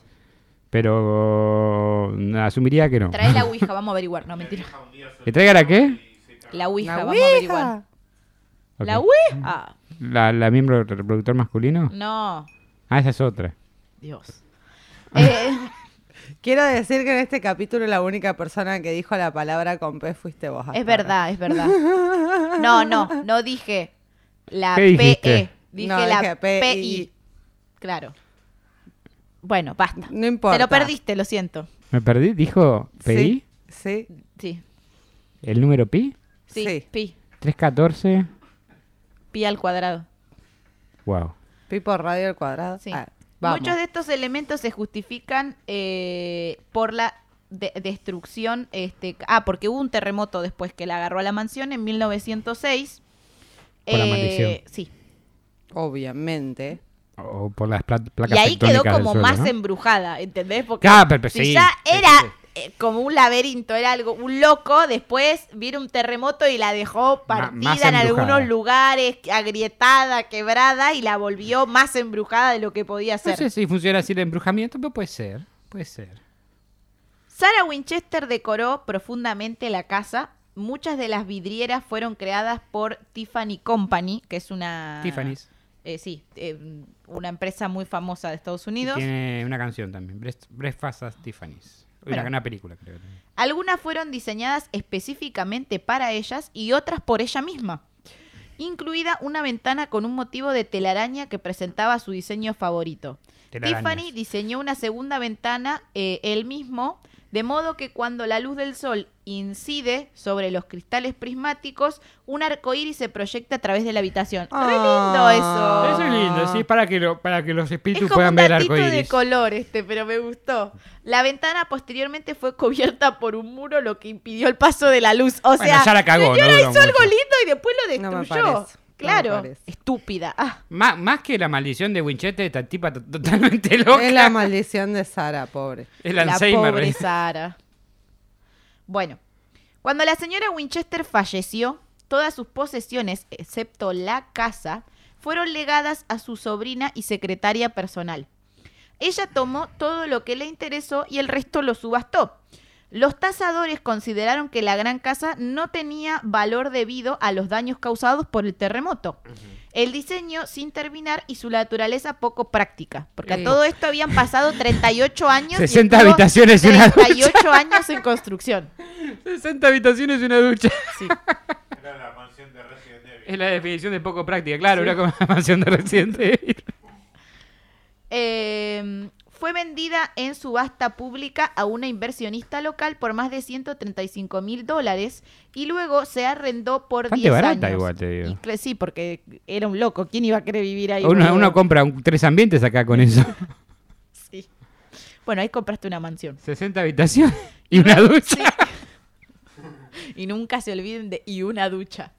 Pero mm, asumiría que no. Trae la ouija, vamos a averiguar. No, mentira. ¿Que traiga la qué? La ouija, La vamos a averiguar. ouija. Ok. La ouija. Ah, ¿La, la miembro del reproductor masculino? Mm. No. Ah, esa es otra. Dios. Eh, Quiero decir que en este capítulo la única persona que dijo la palabra con P fuiste vos. hasta es verdad, es verdad. No, no, no dije la ¿Qué PE. dijiste? Dije No, la dije E PI. PI. Claro. Bueno, basta. ahora. No importa. Te lo perdiste, lo siento. ¿Me perdí? ¿Dijo PI? Sí. sí. Sí. ¿El número pi? Sí, Sí. pi. 314. Pi al cuadrado. Wow. Pipo Radio al cuadrado. Sí. Ah, vamos. Muchos de estos elementos se justifican eh, por la de- destrucción. Este, ah, porque hubo un terremoto después que la agarró a la mansión en 1906. Por la maldición. Eh, Sí. Obviamente. O por las pla- placas Y ahí quedó tectónicas del como suelo, más ¿no? embrujada, ¿entendés? Porque Ah, pero- pero si sí, ya sí, era sí, eh, como un laberinto, era algo, un loco, después vino un terremoto y la dejó más partida en embrujada. algunos lugares, agrietada, quebrada, y la volvió más embrujada de lo que podía ser. No sé si funciona así el embrujamiento, pero puede ser. Puede ser. Sarah Winchester decoró profundamente la casa. Muchas de las vidrieras fueron creadas por Tiffany Company, que es una. Tiffany's. Eh, sí, eh, una empresa muy famosa de Estados Y Unidos. tiene una canción también. Breast- Breakfast at Tiffany's. Una, Bueno. una película, creo. que también. Algunas fueron diseñadas específicamente para ellas y otras por ella misma. Incluida una ventana con un motivo de telaraña que presentaba su diseño favorito. Telarañas. Tiffany diseñó una segunda ventana eh, él mismo, de modo que cuando la luz del sol incide sobre los cristales prismáticos, un arco iris se proyecta a través de la habitación. ¡Re lindo Ah. eso! Eso es lindo, sí, para que, lo- para que los Es espíritus como puedan un ver el datito arco de iris. color este, pero me gustó. La ventana posteriormente fue cubierta por un muro, lo que impidió el paso de la luz. O Bueno, sea, ya la cagó, señora no duró hizo algo mucho. lindo y después lo No me destruyó. parece, no me claro, parece. estúpida. Ah, Má- más que la maldición de Winchester, esta tipa to- totalmente loca. Es la maldición de Sara, pobre. el la Alzheimer. pobre Sara. Bueno, cuando la señora Winchester falleció, todas sus posesiones, excepto la casa, fueron legadas a su sobrina y secretaria personal. Ella tomó todo lo que le interesó y el resto lo subastó. Los tasadores consideraron que la gran casa no tenía valor debido a los daños causados por el terremoto. El diseño sin terminar y su naturaleza poco práctica. Porque a Sí. todo esto habían pasado 38 años. 60 estuvo habitaciones y una ducha. 38 años en construcción. 60 habitaciones y una ducha. Sí. Es la definición de poco práctica, claro, era como la mansión de Resident Evil. Eh, fue vendida en subasta pública a una inversionista local por más de 135 mil dólares y luego se arrendó por Bastante 10 barata años. igual, te digo. Y cre- sí, porque era un loco. ¿Quién iba a querer vivir ahí? Uno, boludo? uno compra un- tres ambientes acá con eso. Sí. Bueno, ahí compraste una mansión. 60 habitaciones y una ducha. Y nunca se olviden de y una ducha.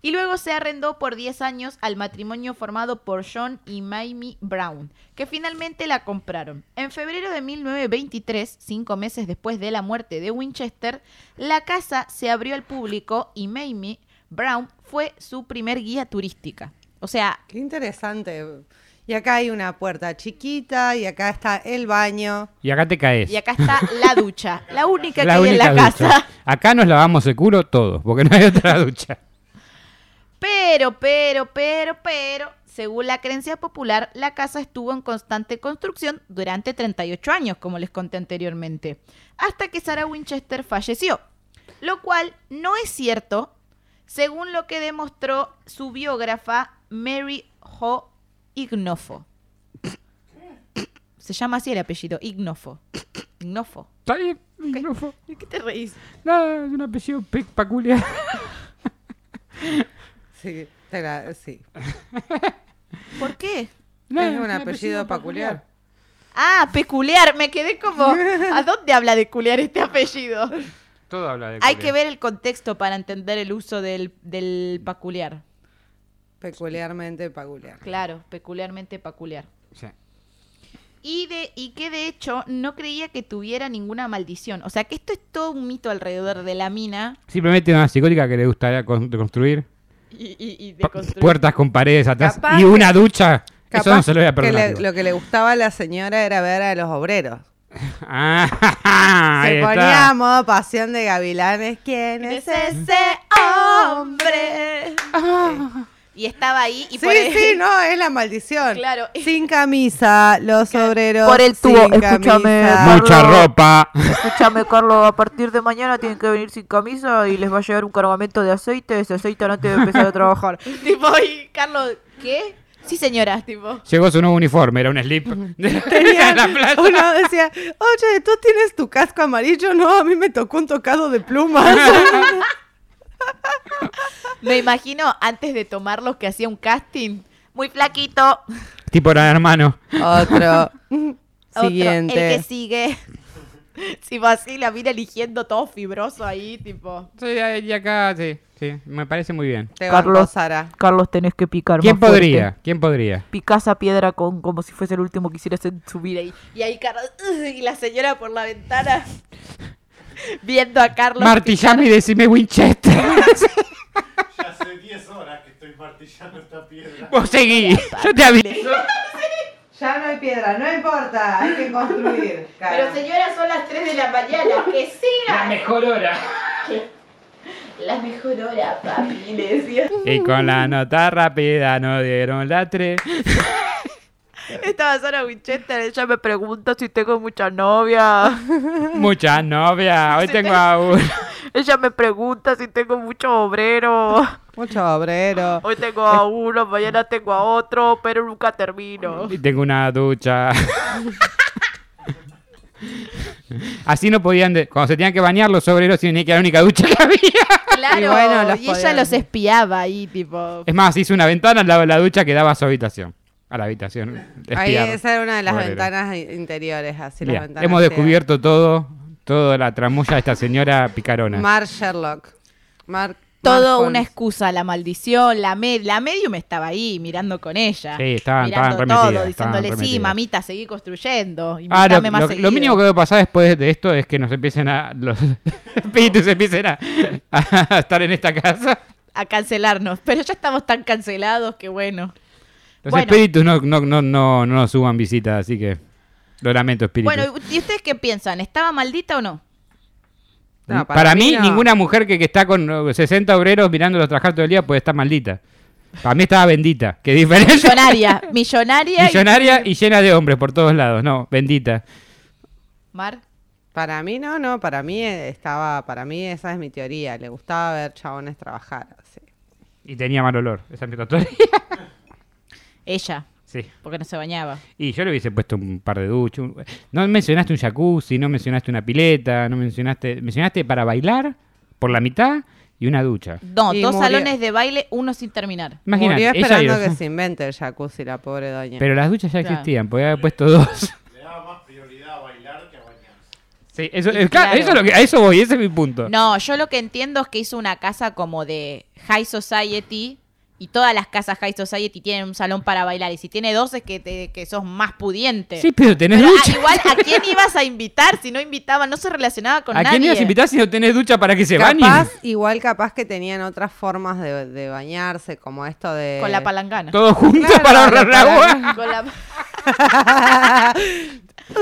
Y luego se arrendó por 10 años al matrimonio formado por John y Mamie Brown, que finalmente la compraron. En febrero de 1923, cinco meses después de la muerte de Winchester, la casa se abrió al público y Mamie Brown fue su primer guía turística. O sea, Qué interesante. Y acá hay una puerta chiquita y acá está el baño. Y acá te caes. y acá está la ducha, la única la que hay en la única ducha. casa. Acá nos lavamos el culo todos, porque no hay otra ducha. Pero, pero, pero, pero, según la creencia popular, la casa estuvo en constante construcción durante 38 años, como les conté anteriormente, hasta que Sarah Winchester falleció, lo cual no es cierto, según lo que demostró su biógrafa Mary Jo Ignofo. Se llama así el apellido, Ignofo. Ignofo. Está bien, no fue- ¿De qué te reís? Nada, es un apellido pe- peculiar. Sí, te la- sí. ¿Por qué? No, es un apellido peculiar. Ah, peculiar. Me quedé como. ¿A dónde habla de culiar este apellido? Todo habla de Hay peculiar. que ver el contexto para entender el uso del, del peculiar. Peculiarmente peculiar. Claro, peculiarmente peculiar. Sí. Y, de, y que de hecho no creía que tuviera ninguna maldición. O sea que esto es todo un mito alrededor de la mina Simplemente una psicótica que le gustaría con- construir. y, y- y de Pa- construir. Puertas con paredes atrás Capaz y una ducha. Eso Capaz no se lo voy a que perdonar. le- lo que le gustaba a la señora era ver a los obreros. Ah, ahí Se está. ponía a modo pasión de gavilanes. ¿Quién ¿Quién es es ese? ese hombre? Y estaba ahí y Ah. sí, por el- sí, no, es la maldición. Claro. Sin camisa, los obreros. Por el tubo, sin escúchame, camisa. Mar- Mucha ropa. Escúchame, Carlos, a partir de mañana tienen que venir sin camisa y les va a llegar un cargamento de aceite. Se aceitan antes de empezar a trabajar. Tipo, y Carlos, ¿qué? Sí, señora, tipo. Llegó su nuevo uniforme, era un slip. De la, Tenía- de la playa. Uno decía, oye, ¿tú tienes tu casco amarillo? No, a mí me tocó un tocado de plumas. Me imagino antes de tomarlo que hacía un casting. Muy flaquito. Tipo era hermano. Otro. Otro, Siguiente. el que sigue. Tipo así, la mira eligiendo todo fibroso ahí, tipo. Sí, ahí- y acá, sí, sí, me parece muy bien. Te Carlos. bancó, Sara. Carlos, tenés que picar. ¿Quién más fuerte. podría? ¿Quién podría? Picás a piedra con como si fuese el último que hicieras en tu Y, vida. ahí- y ahí Carlos. "Ugh", Y la señora por la ventana. Viendo a Carlos. Martillame y decime Winchester. Ya hace 10 horas que estoy martillando esta piedra. Vos seguí, yo te aviso. Ya no hay piedra, no importa, hay que construir. Pero señora, son las 3 de la mañana. Que siga. mejor hora. La mejor hora, papi, le decía. Y con la nota rápida no dieron la 3. Estaba Sara Winchester, ella me pregunta si tengo mucha novia. Muchas novias, hoy tengo a una. Ella me pregunta si tengo mucho obrero. Mucho obrero. Hoy tengo a uno, mañana tengo a otro, pero nunca termino. Y tengo una ducha. Así no podían, de- cuando se tenían que bañar los obreros tenían que ir a la única ducha que había. Claro, Y bueno, los y ella podían- los espiaba ahí, tipo. Es más, hice una ventana al lado de la ducha que daba a su habitación. A la habitación. Ahí, espiar esa era una de las obreros. ventanas i- interiores, así las Bien, ventanas. hemos que- descubierto todo, toda la tramulla de esta señora picarona. Mar Sherlock. Mar, Todo Mar una Holmes. excusa, la maldición, la, me- la medium estaba ahí mirando con ella. Sí, estaban- mirando estaban todo, remetidas, estaban diciéndole, sí, remetidas". mamita, seguí construyendo. Ah, invítame lo, más lo- lo seguido". mínimo que debe pasar después de esto es que nos empiecen a. Los espíritus empiecen a, a estar en esta casa. A cancelarnos, pero ya estamos tan cancelados que bueno. Los Bueno. espíritus no, no, no, no, no nos suban visitas, así que. Lo lamento, espíritus. Bueno, ¿y ustedes qué piensan? ¿Estaba maldita o no? No, para, mí, no. ninguna mujer que, que está con eh, 60 obreros mirándolos trabajar todo el día puede estar maldita. Para mí estaba bendita. Qué diferencia. Millonaria, millonaria. y- Millonaria y llena de hombres por todos lados. No, bendita. Mar. Para mí no, no, para mí eh, estaba, para mí esa es mi teoría, le gustaba ver chabones trabajar, así. Y tenía mal olor. Esa es mi teoría. Ella, Sí. porque no se bañaba. Y yo le hubiese puesto un par de duchas. un- No mencionaste un jacuzzi, no mencionaste una pileta, no mencionaste. Mencionaste para bailar por la mitad y una ducha. No, Y dos murió. salones de baile, uno sin terminar. Murió Imagínate, ella esperando y los- que se invente el jacuzzi, la pobre doña. Pero las duchas ya Claro. existían, podía haber puesto dos. Le daba más prioridad a bailar que a bañarse. Sí, eso, Y es- claro, claro. eso es lo que, a eso voy, ese es mi punto. No, yo lo que entiendo es que hizo una casa como de High Society y todas las casas High Society tienen un salón para bailar y si tiene dos es que, te- que sos más pudiente. Sí, pero tenés Pero ah, ducha. igual, ¿a quién ibas a invitar si no invitaba? No se relacionaba con ¿A nadie. quién ibas a invitar si no tenés ducha para que se bañen? capaz, igual capaz que tenían otras formas de, de bañarse, como esto de... Eh, Con la palangana. Todos juntos Claro, para ahorrar para- agua. Con la-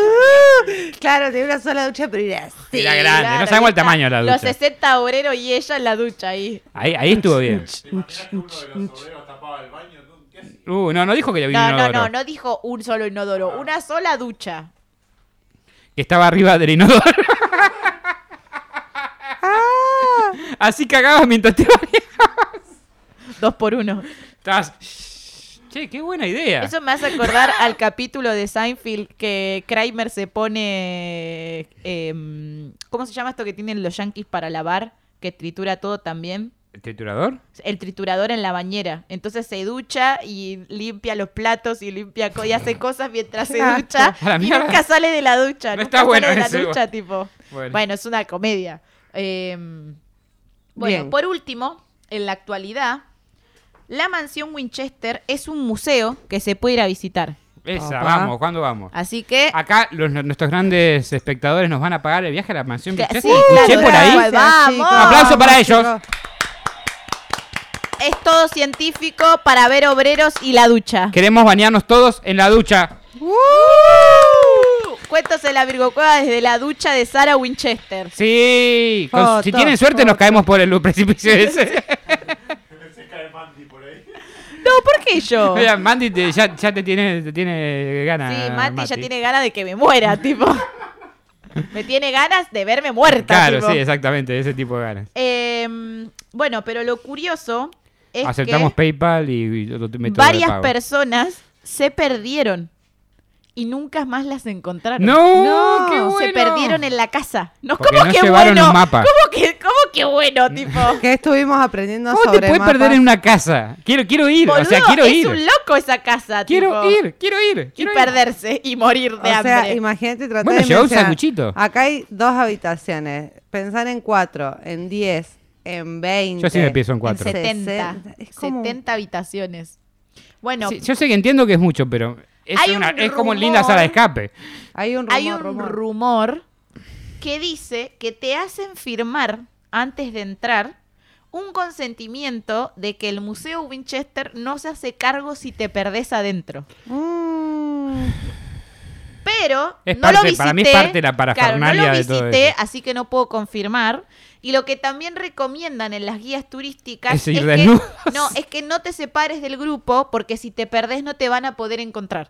Claro, tiene una sola ducha, pero era así. Era grande, claro, no sabemos el está. tamaño de la Los ducha. 60 obreros y ella en la ducha ahí. Ahí, ahí estuvo bien. ¿Te imaginas que uno de los obreros tapaba el baño? ¿No? ¿Qué hacía? Uh, no, no dijo que le vino No, un no, inodoro. no, no dijo un solo inodoro, una sola ducha. que estaba arriba del inodoro. Así cagabas mientras te bañabas. Dos por uno. Estabas, Che, qué buena idea. Eso me hace acordar al capítulo de Seinfeld que Kramer se pone. em, ¿Cómo se llama esto que tienen los yankees para lavar? Que tritura todo también. ¿El triturador? el triturador en la bañera. Entonces se ducha y limpia los platos y limpia co- y hace cosas mientras se ducha. A la y mierda. nunca sale de la ducha. No nunca está sale bueno de la ese, ducha, bueno. tipo. Bueno. Bueno, es una comedia. Eh, bueno, Bien. por último, en la actualidad, la mansión Winchester es un museo que se puede ir a visitar. Esa, Papá. vamos, ¿cuándo vamos? Así que. Acá los- nuestros grandes espectadores nos van a pagar el viaje a la mansión que- Winchester. sí, Escuché claro, por ahí. tal cual, Gracias, vamos. Un aplauso para ellos. chicos. Es todo científico para ver obreros y la ducha. Queremos bañarnos todos en la ducha. Cuentos en la Virgo Cueva desde la ducha de Sara Winchester. Sí. con- Foto, si tienen suerte nos foto. caemos por el precipicio ese. Se cae Mandy por ahí. No, ¿por qué yo? Sí, Mira, Mandy te- ya, ya te tiene, te tiene ganas. Mati, ya tiene ganas de que me muera, tipo. me tiene ganas de verme muerta, Claro, tipo. sí, exactamente, ese tipo de ganas. Em, bueno, pero lo curioso es Aceptamos que PayPal y, y otro método de varias pago. personas se perdieron y nunca más las encontraron. No, qué Se bueno. perdieron en la casa. No, Porque ¿cómo no que llevaron bueno? un mapa. ¿Cómo que, cómo que bueno, tipo? ¿Qué estuvimos aprendiendo ¿Cómo te sobre puedes mapas? perder en una casa? Quiero, quiero ir, o sea, Boludo, quiero es ir. un loco esa casa, Quiero tipo. ir, quiero ir, Y quiero ir. perderse y morir O de sea, hambre. imagínate tratar Bueno, de llevá un mencionar, sanguchito. Acá hay dos habitaciones. Pensar en cuatro, en diez, en veinte. Yo sí me pienso en cuatro. En 70. 60. Es como- 70 habitaciones. Bueno, Sí, yo sé que entiendo que es mucho, pero es, Hay una- un es como rumor. linda sala de escape. Hay un rumor. hay un rumor. rumor. que dice que te hacen firmar antes de entrar un consentimiento de que el Museo Winchester no se hace cargo si te perdés adentro. Mm. Pero Es no lo parte- visité. para mí es parte de la claro, no parafernalia lo de todo visité, eso. así que no puedo confirmar. Y lo que también recomiendan en las guías turísticas Es ir que, desnudos. no, es que no te separes del grupo porque si te perdés no te van a poder encontrar.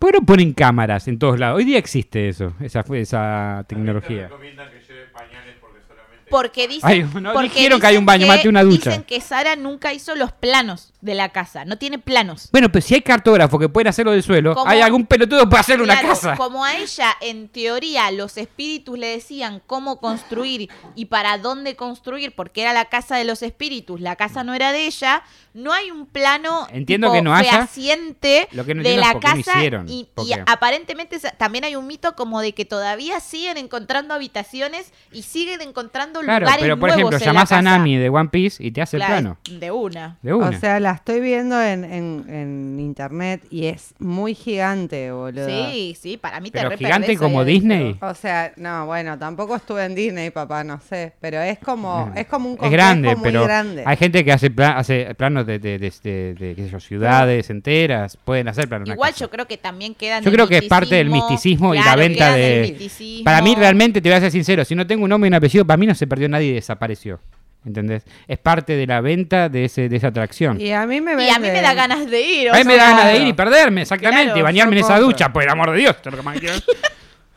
¿Por qué no ponen cámaras en todos lados? Hoy día existe eso, esa, esa Te tecnología. recomiendan que lleve pañales porque solamente. Porque dicen, Ay, no, porque dijeron que hay un dicen baño, que- mate una ducha. Dicen que Sara nunca hizo los planos de la casa, no tiene planos. Bueno, pero si hay cartógrafos que pueden hacerlo del suelo, Como- hay algún pelotudo para hacer una Claro, casa. Como a ella, en teoría, los espíritus le decían cómo construir y para dónde construir, porque era la casa de los espíritus, la casa no era de ella, no hay un plano Entiendo que no haya. fehaciente Lo que no de entiendo es la por qué no casa. hicieron, y, por y qué. aparentemente sa- también hay un mito como de que todavía siguen encontrando habitaciones y siguen encontrando Claro, lugares pero por nuevos ejemplo, en la llamás a casa. Nami de One Piece y te hace Claro, el plano. De una. De una. O sea, la estoy viendo en, en- en internet y es muy gigante, boludo. Sí, sí, para mí te pero re gigante perdés ahí como adentro. Disney. O sea, no, bueno, tampoco estuve en Disney, papá, no sé. Pero es como, es como un Es complejo grande, muy pero grande. hay gente que hace, pla- hace planos de, de, de- de- de, qué sé yo, ciudades enteras, pueden hacer planos. de una Igual casa. yo creo que también queda en Yo el creo que es parte del misticismo y la claro, venta queda en el de- misticismo. Para mí realmente, te voy a ser sincero, si no tengo un nombre y un apellido, para mí no se perdió nadie y desapareció. ¿Entendés? Es parte de la venta de, ese, de esa atracción. Y a mí me Y a mí me venden- da ganas de ir. o a mí me da sea, ganas de ir y perderme, exactamente, Claro, y bañarme en yo esa compro. ducha, por el amor de Dios. es lo que más quiero.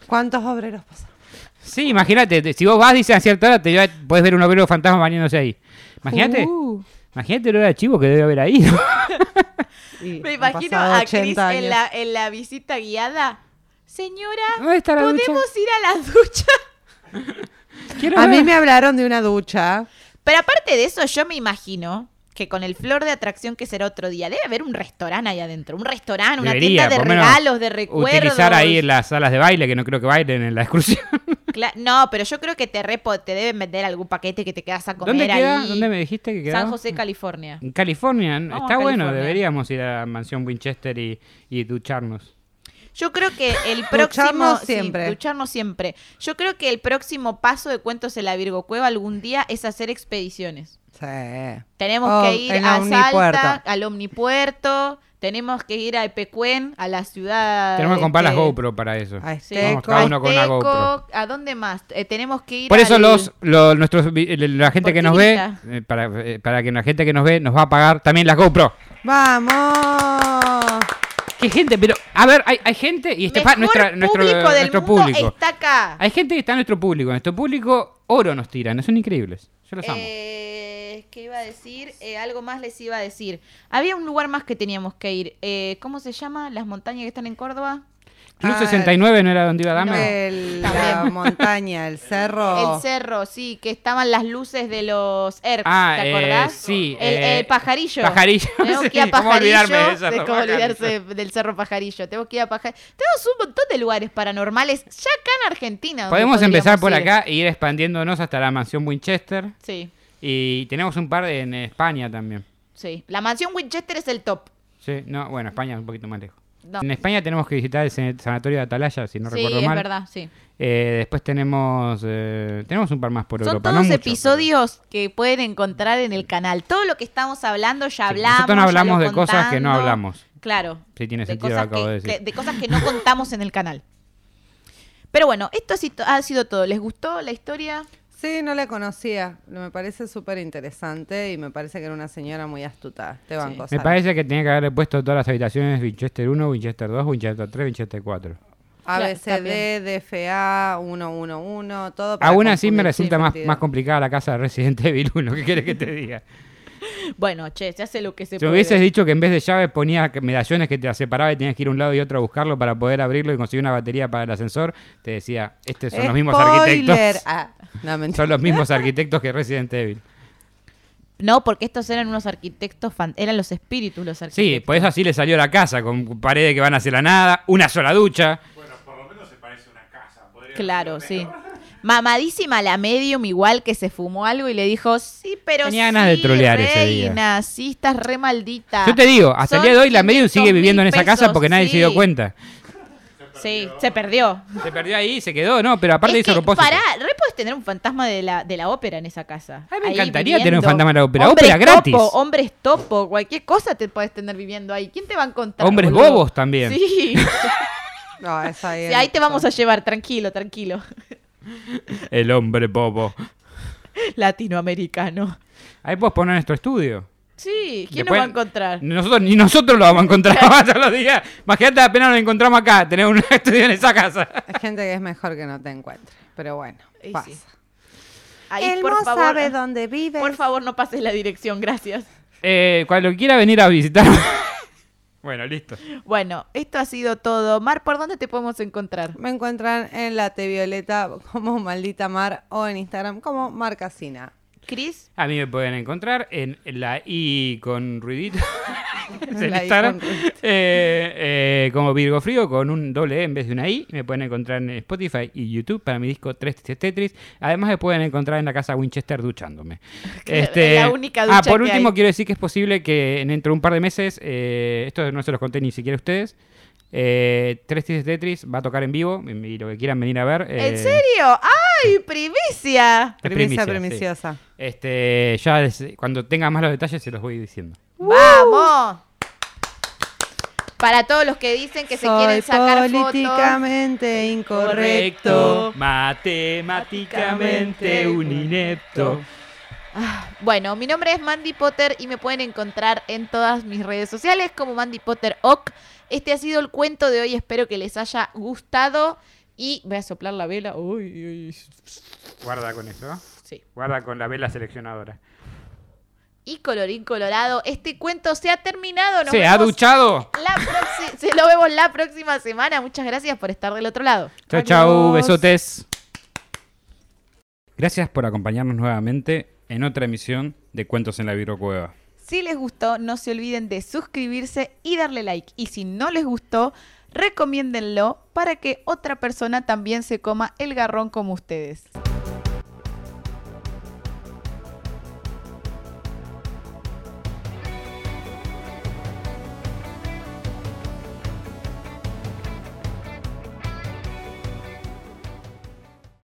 ¿Cuántos obreros pasaron? sí, imagínate, te- si vos vas, dices a cierta hora, te puedes ver un obrero fantasma bañándose ahí. Imagínate, Uh, imagínate el hora de chivo que debe haber ahí. y Me han imagino pasado a Cris 80 en años. la, en la visita guiada. Señora, ¿Dónde está Ah, la ducha? ¿podemos ir a la ducha? Quiero A mí ver. me hablaron de una ducha. Pero aparte de eso, yo me imagino que con el flor de atracción que será otro día, debe haber un restaurante ahí adentro. Un restaurante, una Debería, tienda de por lo menos, regalos, de recuerdos. Utilizar ahí en las salas de baile, que no creo que bailen en la excursión. Cla- No, pero yo creo que te repo, te deben vender algún paquete que te quedas a comer ¿Dónde queda? Mm. ahí. ¿Dónde me dijiste que quedaba? San José, California. En California, ¿no? Vamos está a bueno, California. deberíamos ir a la mansión Winchester y, y ducharnos. Yo creo que el próximo Ducharnos sí, siempre. ducharnos siempre. Yo creo que el próximo paso de cuentos en la Virgo Cueva algún día es hacer expediciones. Sí. Tenemos Oh, que ir en a Omnipuerto. Salta, al Omnipuerto, tenemos que ir a Epecuén, a la ciudad. Tenemos que comprar las este, GoPro para eso. Ahí sí, Teco. Vamos, cada uno con una Azteco, GoPro. ¿A dónde más? Eh, tenemos que ir Por eso al- los, los- nuestros vi- la gente que nos ve, Cortinita. eh, para, eh, para que la gente que nos ve nos va a pagar también las GoPro. ¡Vamos! Qué gente, pero a ver, hay, hay gente y este Mejor pa- nuestra- nuestro público del nuestro mundo público. está acá. Hay gente que está en nuestro público, nuestro público oro nos tiran, son increíbles. Yo los amo. Eh, ¿Qué iba a decir? Eh, algo más les iba a decir. Había un lugar más que teníamos que ir. Eh, ¿Cómo se llama? Las montañas que están en Córdoba. Club Ah, 69 no era donde iba Dama. No. El- la También. montaña, el cerro. Oh. El cerro, sí, que estaban las luces de los ERPs, Ah, ¿te eh, acordás? sí, El, eh, el pajarillo. Pajarillo, Tengo sí, que ir a ¿cómo pajarillo. olvidarme de eso? de cómo Bacán. olvidarse del cerro pajarillo. Tengo que ir a pajarillo. Tenemos un montón de lugares paranormales ya acá en Argentina. donde Podemos empezar por podríamos ir. acá e ir expandiéndonos hasta la mansión Winchester. Sí, Y tenemos un par de- en España también. sí. La mansión Winchester es el top. Sí, no, bueno, España es un poquito más lejos. No. En España tenemos que visitar el san- sanatorio de Atalaya, si no sí, recuerdo es mal. verdad, sí. Eh, después tenemos eh, tenemos un par más por Son Europa. no todos mucho, episodios que pueden encontrar en el canal. Todo lo que estamos hablando ya pero- Sí, hablamos. Nosotros no ya hablamos lo de cosas que no contando. hablamos. Claro. Sí, tiene de sentido, cosas, acabo que, de decir. que- de cosas que no contamos en el canal. Pero bueno, esto ha sido- ha sido todo. ¿Les gustó la historia? Sí, no la conocía. Me parece súper interesante y me parece que era una señora muy astuta. Te banco, Me Sara. parece que tenía que haberle puesto todas las habitaciones Winchester 1, Winchester 2, Winchester 3, Winchester 4. ABCD, DFA, 111, todo. para Aún así me confundir resulta sin más, sentido. más complicada la casa de Resident Evil 1, ¿qué quieres que te diga? Bueno, che, se hace lo que se Si me puede. hubieses dicho que en vez de llaves ponía que- medallones que te separaba y tenías que ir a un lado y otro a buscarlo para poder abrirlo y conseguir una batería para el ascensor, te decía, estos son los mismos Spoiler. arquitectos. Ah, no, mentira. Son los mismos arquitectos que Resident Evil. No, porque estos eran unos arquitectos, fan- eran los espíritus los Sí, arquitectos. por eso así le salió la casa, con paredes que van hacia la nada, una sola ducha. Bueno, por lo menos se parece a una casa. podría Claro, ser sí. menos. Mamadísima la medium, igual que se fumó algo y le dijo, sí, pero Tenía sí, ganas de trolear ese día. reina, sí, estás re maldita. Yo te digo, hasta el Ah, Son día de hoy la medium sigue 500.000 viviendo en esa casa pesos, porque nadie se dio sí. cuenta. Sí, se perdió. Se perdió ahí, se quedó, no, pero aparte Es hizo que, propósito. Pará, re puedes tener un fantasma de la, de la ópera en esa casa. Ay, me Ahí encantaría tener un fantasma de la ópera. Hombres Ópera gratis. Topo, hombres topo, cualquier cosa te puedes tener viviendo ahí. ¿Quién te va a encontrar? Hombres boludo? bobos también. Sí. No, esa ahí. Sí, ahí te vamos a llevar, tranquilo, tranquilo. El hombre bobo. Latinoamericano. Ahí puedes poner nuestro estudio. Sí, ¿quién Después- nos va a encontrar? Nosotros, ni nosotros lo vamos a encontrar más todos los días. Imagínate, apenas nos encontramos acá, tener un estudio en esa casa. Hay gente que es mejor que no te encuentre. Pero bueno, Y sí. pasa. Ahí, Él por no favor, ah. sabe dónde vive. Por favor, no pases la dirección, gracias. Eh, cuando quiera venir a visitar. bueno, listo. Bueno, esto ha sido todo. Mar, ¿por dónde te podemos encontrar? Me encuentran en la T Violeta como Maldita Mar o en Instagram como Marcasina. Cris, A mí me pueden encontrar en la I con ruidito. Es el La I Instagram. con Eh, eh, como Virgo Frío, con un doble E en vez de una I. Me pueden encontrar en Spotify y YouTube para mi disco 3 Tetris. Además, me pueden encontrar en la casa Winchester duchándome. la única ducha ah, por que último, hay. quiero decir que es posible que en- dentro de un par de meses, eh, esto no se los conté ni siquiera a ustedes. Eh, 3 Tetris va a tocar en vivo y- y lo que quieran venir a ver. eh, ¿en serio? ¡Ay, primicia! es primicia, Primicia, sí. primiciosa. Este, ya es- cuando tenga más los detalles se los voy diciendo. ¡Vamos! Para todos los que dicen que se quieren sacar fotos. políticamente incorrecto. matemáticamente un inepto. Bueno, mi nombre es Mandy Potter y me pueden encontrar en todas mis redes sociales como Mandy Potter Oc. Este ha sido el cuento de hoy, espero que les haya gustado y voy a soplar la vela. Uy, uy, Guarda con eso. ¿eh? sí. Guarda con la vela seleccionadora. Y colorín colorado, este cuento se ha terminado. Nos Se vemos ha duchado. la proxi- se lo vemos la próxima semana. Muchas gracias por estar del otro lado. Chau, chau, Adiós. besotes. Gracias por acompañarnos nuevamente en otra emisión de Cuentos en la Virocueva. Si les gustó, no se olviden de suscribirse y darle like. Y si no les gustó, recomiéndenlo para que otra persona también se coma el garrón como ustedes.